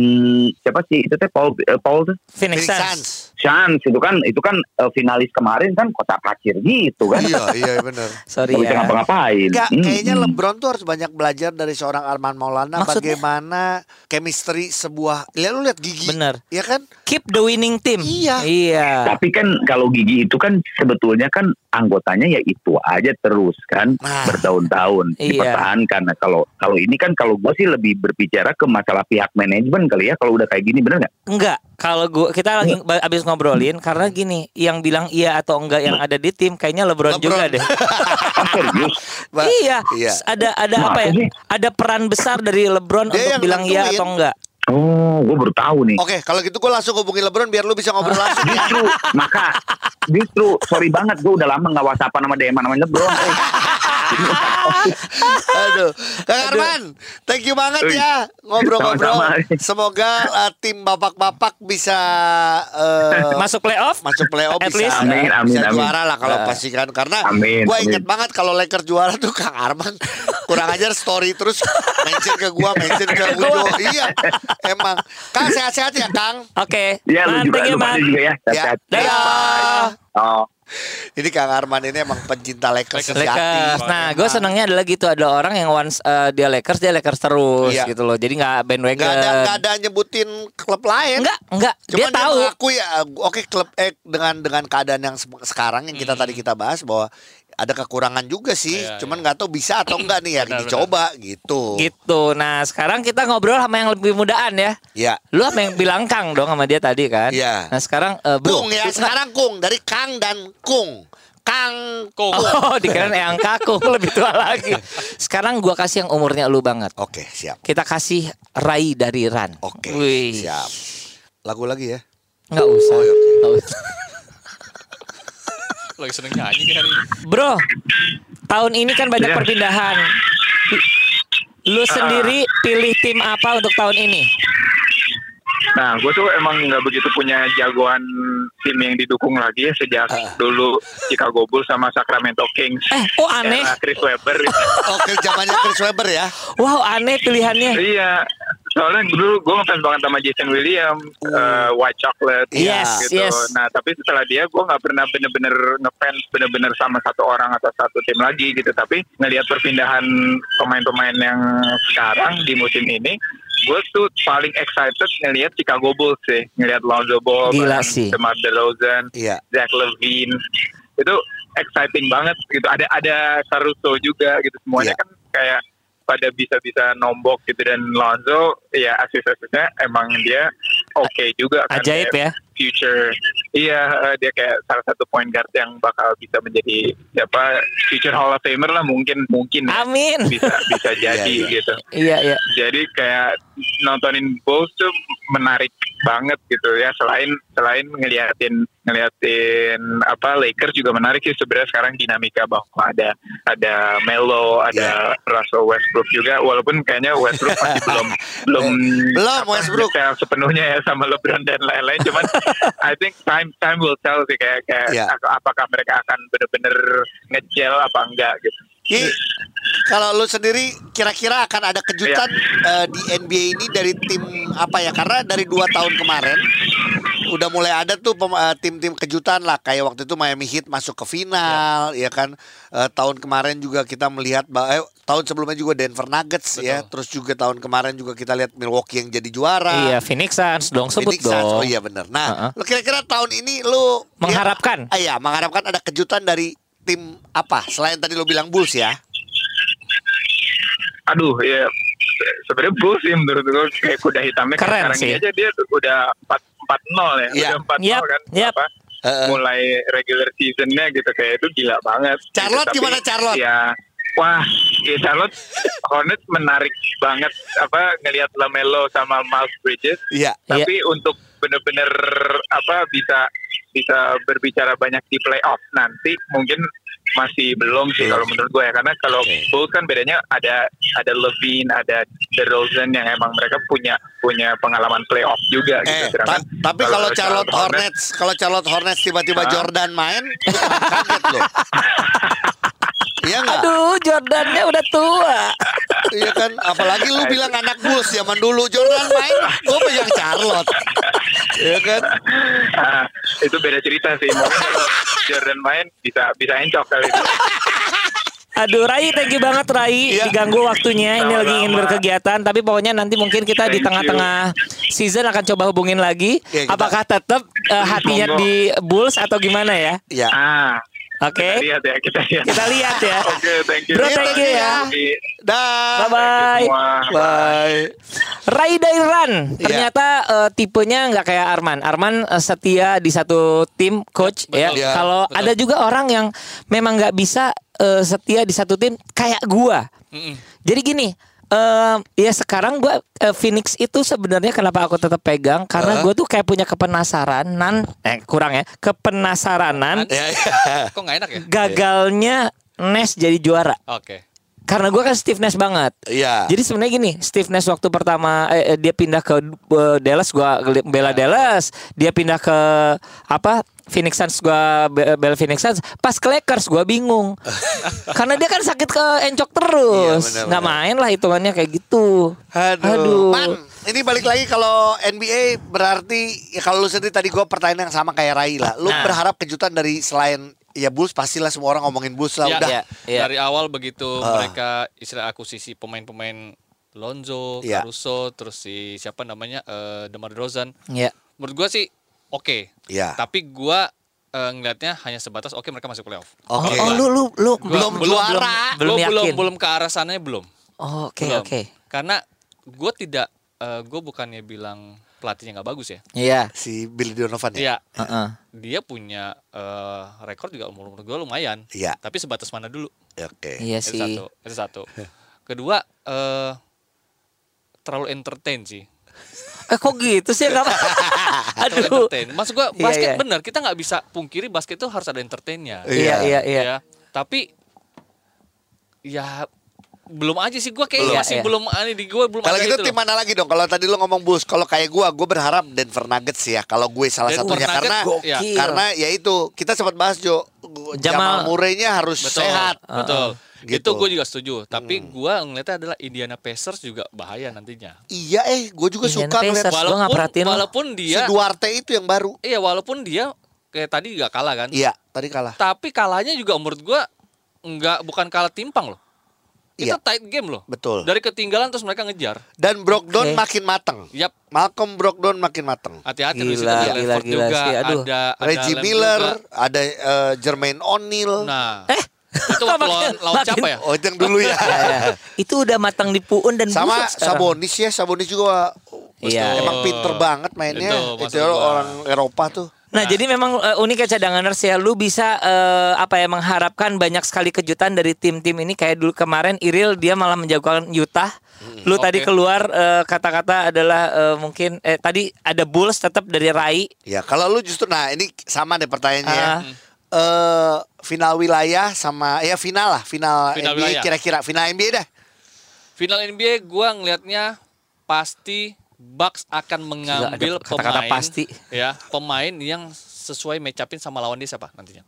S5: siapa sih itu teh Paul eh, Paul tuh?
S1: Phoenix
S2: Phoenix Suns.
S1: Suns.
S5: Shans itu kan itu kan eh, finalis kemarin kan kota kacir gitu kan.
S1: Iya, iya Mm. benar.
S2: Sorry
S5: Gak bisa
S2: ya.
S5: ngapa-ngapain.
S1: Enggak,
S5: Hmm.
S1: kayaknya LeBron tuh harus banyak belajar dari seorang Arman Maulana
S2: Maksudnya?
S1: bagaimana chemistry sebuah. Lihat lu lihat gigi.
S2: Bener.
S1: Ya kan?
S2: Keep the winning team.
S1: Iya.
S2: Iya.
S5: Tapi kan kalau gigi itu kan sebetulnya kan anggotanya ya itu aja terus kan
S1: Nah.
S5: bertahun-tahun
S2: Iya.
S5: dipertahankan. Nah, kalau kalau ini kan kalau gue sih lebih berbicara ke masalah pihak manajemen kali ya kalau udah kayak gini bener nggak?
S2: Enggak, kalau gua kita lagi ba- abis ngobrolin karena gini, yang bilang iya atau enggak yang ada di tim kayaknya LeBron,
S1: LeBron.
S2: juga deh.
S5: Ah, serius?
S1: Ba-
S2: iya.
S1: Iya.
S2: S- Ada ada
S5: Masa
S2: apa ya?
S5: sih?
S2: Ada peran besar dari LeBron
S1: Dia
S2: untuk
S1: yang
S2: bilang iya
S1: nentuin.
S2: atau enggak.
S5: Oh, gue baru tahu nih.
S1: Oke, kalau gitu gue langsung hubungi LeBron biar lu bisa ngobrol langsung. ya.
S5: Justru, maka justru sorry banget gue udah lama nggak whatsappan sama DM namanya bro. Eh,
S1: Aduh, Kang Arman, thank you banget
S5: Ui.
S1: ya ngobrol-ngobrol.
S5: Sama-sama.
S1: Semoga eh, tim bapak-bapak bisa eh,
S2: Masuk playoff?
S1: masuk playoff
S2: At
S1: bisa,
S2: least.
S5: Eh, Amin, amin,
S1: bisa
S5: amin. Nah.
S1: juara lah kalau pasti kan karena
S5: Amin,
S1: gue inget
S5: amin.
S1: banget kalau Lakers juara tuh Kang Arman kurang ajar story terus mention ke gua mention ke Wido iya emang Kang sehat-sehat ya Kang
S2: Oke.
S6: Iya,
S1: Iya,
S5: ya lu juga,
S2: Manteng ya,
S5: lu
S2: Man.
S5: pada juga ya.
S1: ya
S5: Sehat-sehat.
S1: dadah
S5: Oh,
S1: ini Kang Arman ini emang pencinta Lakers
S4: Lakers.
S1: sejati
S2: Lakers. Nah, gue senangnya adalah gitu ada orang yang once eh, dia Lakers, dia Lakers terus
S1: Iya.
S2: gitu loh. Jadi nggak bandwagon.
S1: nggak ada nggak ada nyebutin klub lain
S2: Enggak, enggak.
S1: Cuman
S2: dia tahu.
S1: mengakui ya, oke klub eh dengan dengan keadaan yang se- sekarang yang kita tadi kita bahas bahwa ada kekurangan juga sih.
S4: Hmm. Iya,
S1: Cuman nggak tahu bisa atau enggak nih ya
S4: Benar,
S1: dicoba gitu.
S2: Gitu. Nah, sekarang kita ngobrol sama yang lebih mudaan ya.
S1: Ya.
S2: Lu sama yang bilang Kang dong sama dia tadi kan?
S1: Iya.
S2: Nah, sekarang eh, Bro.
S1: Kung ya sekarang Kung dari Kang dan Kung. Kang
S4: Kung.
S2: Oh, dikira yang kaku lebih tua lagi. Sekarang gua kasih yang umurnya lu banget.
S1: Oke, siap.
S2: Kita kasih Rai dari Ran.
S1: Oke,
S2: Wih.
S1: siap. Lagu lagi ya.
S2: Nggak usah.
S1: Oh, iya, oke.
S2: Nggak usah.
S4: Lagi seneng nyanyi kayak hari ini.
S2: Bro, tahun ini kan banyak
S5: Iya.
S2: perpindahan. Lu sendiri pilih tim apa untuk tahun ini?
S6: Nah, gue tuh emang nggak begitu punya jagoan tim yang didukung lagi ya sejak
S2: Ah.
S6: dulu Chicago Bulls sama Sacramento Kings.
S2: Eh, oh aneh.
S5: Iya.
S6: Era Chris Webber.
S1: Oke, zamannya Chris Webber ya.
S2: Wow, aneh pilihannya.
S6: iya. Soalnya dulu gue ngefans banget sama Jason Williams, eh, White Chocolate,
S2: Hmm. Yes,
S6: gitu.
S2: yes.
S6: Nah, tapi setelah dia gue nggak pernah bener-bener ngefans bener-bener sama satu orang atau satu tim lagi gitu. Tapi ngelihat perpindahan pemain-pemain yang sekarang di musim ini, gue tuh paling excited ngelihat Chicago Bulls sih, ngelihat Lonzo Ball,
S2: Gila sih.
S6: DeMar DeRozan,
S1: Iya.
S6: Zach Levine itu exciting banget gitu ada ada Caruso juga gitu semuanya
S1: Iya.
S6: kan kayak pada bisa-bisa nombok gitu dan Lonzo ya asis-asisnya emang dia oke juga kan
S2: Ajaib
S6: Kayak
S2: ya.
S6: future iya eh, dia kayak salah satu point guard yang bakal bisa menjadi siapa future Hall of Famer lah mungkin mungkin ya.
S2: Amin.
S6: bisa bisa jadi
S1: Iya, iya.
S6: gitu
S2: Iya, iya.
S6: jadi kayak nontonin Bulls tuh menarik banget gitu ya selain selain ngeliatin ngeliatin apa Lakers juga menarik sih sebenarnya sekarang dinamika bahwa ada ada Melo
S1: Ya.
S6: ada Russell Westbrook juga walaupun kayaknya Westbrook masih belum belum
S1: Belum,
S6: apa,
S1: Westbrook.
S6: detail sepenuhnya ya sama LeBron dan lain-lain cuman I think time time will tell sih kayak kayak
S1: Iya.
S6: ak- apakah mereka akan bener-bener ngejel apa enggak gitu
S1: Ki,
S2: Iya.
S1: kalau lu sendiri kira-kira akan ada kejutan
S2: Iya.
S1: eh, di NBA ini dari tim apa ya? Karena dari dua tahun kemarin udah mulai ada tuh pem- eh, tim-tim kejutan lah kayak waktu itu Miami Heat masuk ke final
S2: Iya.
S1: ya, kan Eh, tahun kemarin juga kita melihat bah- eh, tahun sebelumnya juga Denver Nuggets ya terus juga tahun kemarin juga kita lihat Milwaukee yang jadi juara
S2: Iya, Phoenix Suns dong sebut
S1: Phoenix Suns.
S2: dong.
S1: oh iya benar
S2: Heeh.
S1: nah lu kira-kira tahun ini lu
S2: Mengharapkan.
S1: Ah, iya mengharapkan ada kejutan dari tim apa selain tadi lu bilang Bulls ya
S6: aduh ya sebenarnya Bulls sih menurut gue kayak kuda hitamnya kan
S2: Keren
S6: sekarang
S2: sih.
S6: ini aja dia udah empat empat nol ya
S1: Iya.
S6: udah empat
S2: Yap,
S6: kan
S2: yap.
S6: apa
S1: Heeh.
S6: mulai regular seasonnya gitu kayak itu gila banget
S1: Charlotte
S6: Gitu, tapi
S1: gimana, Charlotte?
S6: ya wah ya Charlotte Hornets menarik banget apa ngelihat Lamelo sama Miles Bridges
S1: Iya.
S6: tapi untuk bener-bener apa bisa bisa berbicara banyak di playoff nanti mungkin masih belum sih
S1: Belum.
S6: kalau menurut gue ya karena kalau
S1: Oke.
S6: Bulls kan bedanya ada ada Levine ada DeRozan yang emang mereka punya punya pengalaman playoff juga
S1: Eh,
S6: gitu
S1: ta-
S6: Sedangkan
S1: tapi kalau Charlotte Hornets, kalau Charlotte Hornets tiba-tiba
S6: Hah?
S1: Jordan main, lu jangan kaget loh. kan Iya nggak?
S2: Aduh, Jordannya udah tua.
S1: Iya kan, apalagi
S2: Nah,
S1: lu bilang anak Bulls zaman dulu Jordan main, gue pegang Charlotte. Iya kan?
S6: Ah, itu beda cerita sih. Mungkin kalau Jordan main bisa bisa encok kali itu.
S2: Aduh, Rai, thank you banget Rai
S1: Iya.
S2: diganggu waktunya. Ini
S6: Sama-sama.
S2: lagi ingin berkegiatan, tapi pokoknya nanti mungkin kita di
S6: Thank
S2: tengah-tengah season akan coba hubungin lagi.
S1: Iya, kita-
S2: Apakah tetap eh, hatinya
S6: Monggo.
S2: di Bulls atau gimana ya?
S1: Iya.
S6: Ah, kita
S2: Oke,
S6: lihat ya kita lihat.
S2: Eh, kita lihat ya.
S6: Oke, thank you.
S2: Bro,
S1: Iya,
S2: thank
S1: thank
S2: you
S1: you
S2: ya.
S6: Iya,
S1: Dah.
S6: thank you
S2: Bye-bye.
S6: semua.
S1: Bye.
S2: Rai Dairan
S1: Iya.
S2: ternyata eh, tipenya nggak kayak Arman. Arman eh, setia di satu tim coach ya.
S4: Betul,
S1: Iya.
S2: Kalau
S4: betul.
S2: ada juga orang yang memang nggak bisa eh, setia di satu tim kayak gua.
S4: Mm-mm.
S2: Jadi gini, eh ya sekarang gua eh, Phoenix itu sebenarnya kenapa aku tetap pegang karena
S1: Heeh.
S2: gua tuh kayak punya kepenasaranan, eh kurang ya, kepenasaranan
S1: Ya, ya.
S4: Kan? Kok nggak enak ya?
S2: gagalnya Nash jadi juara.
S4: Oke.
S2: Karena gua kan Steve Nash banget.
S1: Iya.
S2: Jadi sebenarnya gini, Steve Nash waktu pertama eh, eh, dia pindah ke eh, Dallas gua geli- bela Dallas, dia pindah ke apa? Phoenix Suns gua be- bela Phoenix Suns, pas ke Lakers gua bingung. Karena dia kan sakit ke encok terus.
S1: Iya, benar,
S2: nggak
S1: benar.
S2: main lah hitungannya kayak gitu.
S1: Aduh. Man, ini balik lagi kalau NBA berarti ya kalau lu sendiri tadi gua pertanyaan yang sama kayak Rai lah. Lu
S2: Nah.
S1: berharap kejutan dari selain ya Bulls pastilah semua orang ngomongin Bulls lah
S4: Ya,
S1: udah.
S2: Iya, iya.
S4: Dari awal begitu
S1: Ah.
S4: mereka istilah akuisisi pemain-pemain Lonzo,
S1: Iya.
S4: Caruso, terus si siapa namanya eh, Demar Derozan.
S2: Iya.
S4: Menurut gua sih oke.
S1: Iya.
S4: Tapi gua eh, ngelihatnya hanya sebatas oke mereka masuk playoff.
S2: Oh,
S1: Oke.
S2: oh, lu lu lu
S4: Gua
S1: Belum juara.
S2: Belum
S4: Belum gua belum
S2: yakin.
S4: belum ke arah sananya belum.
S2: Oh, Oke,
S4: Belum.
S2: oke.
S4: Karena gua tidak eh, gua bukannya bilang pelatihnya nggak bagus ya.
S2: Iya.
S1: Si Billy Donovan ya.
S4: Iya.
S2: Heeh.
S4: Dia punya eh, rekor juga umur umur gua lumayan.
S1: Iya.
S4: Tapi sebatas mana dulu?
S1: Ya, Oke.
S2: Iya
S4: Itu
S2: sih.
S4: satu. Itu satu. Kedua, eh terlalu entertain sih.
S2: Eh kok gitu sih Nggak apa-
S4: Terlalu
S2: Aduh.
S4: entertain. Maksud gua
S2: Iya,
S4: basket
S2: iya.
S4: bener kita nggak bisa pungkiri basket itu harus ada entertainnya.
S2: Iya, iya, iya.
S4: Ya. Tapi ya belum aja sih gua kayaknya
S2: Belum.
S4: masih
S2: Iya, iya.
S4: belum aneh di gua belum
S1: Kalau
S4: ada
S1: gitu
S4: itu
S1: tim
S4: loh.
S1: mana lagi dong? Kalau tadi lu ngomong Bulls, kalau kayak gua, gua berharap Denver Nuggets sih ya. Kalau gue salah
S4: Denver
S1: satunya
S4: Nuggets,
S1: karena
S4: ya.
S2: Gokil.
S1: karena ya itu kita sempat bahas Jo
S2: Jamal-
S1: Jamal, Murray-nya harus
S4: Betul.
S1: sehat.
S4: Betul.
S1: Gitu.
S4: Itu gue juga setuju, tapi
S2: Hmm.
S4: gua ngeliatnya adalah Indiana Pacers juga bahaya nantinya.
S1: Iya eh, gue juga
S2: Indiana
S1: suka ngeliat
S2: Pacers. Gua nggak perhatiin lo.
S4: walaupun
S1: si
S4: dia
S1: Duarte itu yang baru.
S4: iya walaupun dia kayak tadi juga kalah kan.
S1: Iya, tadi kalah.
S4: Tapi kalahnya juga menurut gua nggak bukan kalah timpang loh. Itu
S1: Iya.
S4: tight game loh.
S1: Betul.
S4: Dari ketinggalan terus mereka ngejar.
S1: Dan Brogdon
S2: Oke.
S1: makin mateng.
S4: Yap,
S1: Malcolm Brogdon makin mateng.
S4: hati-hati
S2: Gila,
S4: di situ. Ada
S2: gila,
S4: Langford
S2: gila
S4: juga,
S2: sih, aduh.
S4: ada ada
S1: Reggie
S4: Lem
S1: Miller,
S4: juga.
S1: ada eh, Jermaine O'Neal.
S4: Nah, itu waktu
S2: Makin-
S4: lawan, lawan
S2: makin-
S4: siapa ya?
S1: Oh, itu yang dulu ya.
S2: Iya, Itu udah matang di puun
S4: Mhm.
S2: dan
S1: Sama
S2: busuk sekarang.
S1: Sabonis ya, Sabonis juga uh,
S2: Iya.
S1: emang pinter banget mainnya.
S4: Betul,
S1: Itu,
S4: maksud gua.
S1: orang Eropa tuh.
S2: Nah, jadi memang uh, unik ya cadanganers ya. Lu bisa uh, apa ya mengharapkan banyak sekali kejutan dari tim-tim ini kayak dulu kemarin Iril dia malah menjagokan Utah. Lu
S4: Oke.
S2: tadi keluar uh, kata-kata adalah uh, mungkin eh tadi ada Bulls tetap dari Rai.
S1: Ya, kalau lu justru nah ini sama deh pertanyaannya ya.
S2: Ah.
S1: Eh, final wilayah sama ya final lah, final, NBA
S4: Final wilayah.
S1: kira-kira final NBA dah.
S4: Final NBA gua ngelihatnya pasti Bucks akan
S2: ada
S4: mengambil
S2: kata-kata
S4: pemain
S2: pasti.
S4: ya, pemain yang sesuai match up-in sama lawan dia siapa nantinya.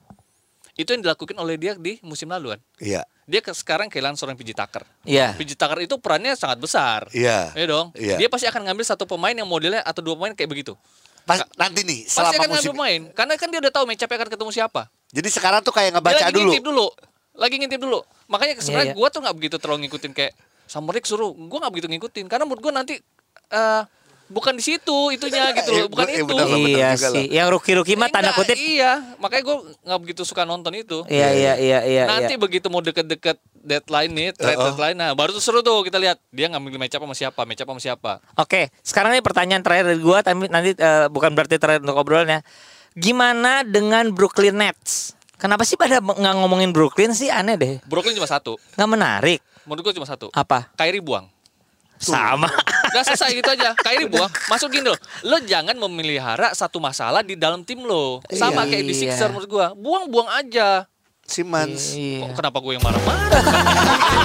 S4: Itu yang dilakukan oleh dia di musim laluan.
S1: Iya.
S4: Dia ke, sekarang kehilangan seorang PJ Tucker.
S2: Iya.
S4: PJ Tucker itu perannya sangat besar.
S1: Iya.
S4: Iya dong.
S1: Iya.
S4: Dia pasti akan ngambil satu pemain yang modelnya atau dua pemain kayak begitu.
S1: Pas nanti nih
S4: Pasti akan
S1: selama musim.
S4: ngambil pemain karena kan dia udah tahu match up akan ketemu siapa.
S1: Jadi sekarang tuh kayak
S4: Dia
S1: ngebaca
S4: lagi
S1: dulu.
S4: ngintip dulu. Lagi ngintip dulu. Makanya sebenarnya
S2: iya.
S4: gua tuh nggak begitu terlalu ngikutin kayak Samurik suruh. Gua nggak begitu ngikutin karena menurut gua nanti eh bukan di situ itunya gitu loh,
S1: Iya,
S4: bukan
S1: iya,
S4: itu.
S1: benar, benar
S2: iya
S1: juga
S2: sih. Yang ruki-ruki mah tanda
S4: Enggak,
S2: kutip.
S4: Iya, makanya gua nggak begitu suka nonton itu.
S2: Iya, iya, iya, iya.
S4: Nanti
S2: iya.
S4: begitu mau deket-deket deadline nih, trade deadline, nah baru tuh seru tuh kita lihat dia ngambil match up sama siapa, match up sama siapa.
S2: Oke, sekarang ini pertanyaan terakhir dari gua tapi nanti eh, bukan berarti terakhir untuk obrolannya. Gimana dengan Brooklyn Nets? Kenapa sih pada nggak ngomongin Brooklyn sih aneh deh.
S4: Brooklyn cuma satu,
S2: Nggak menarik.
S4: menurut gua cuma satu.
S2: Apa?
S4: Kyrie buang.
S2: Sama.
S4: Udah selesai gitu aja. Kyrie buang, masukin dulu. Lo jangan memelihara satu masalah di dalam tim lo. Sama
S2: Iya.
S4: kayak di Sixer menurut gua. Buang-buang aja.
S1: Simmons.
S4: Kok
S2: Iya.
S4: kenapa gue yang marah-marah?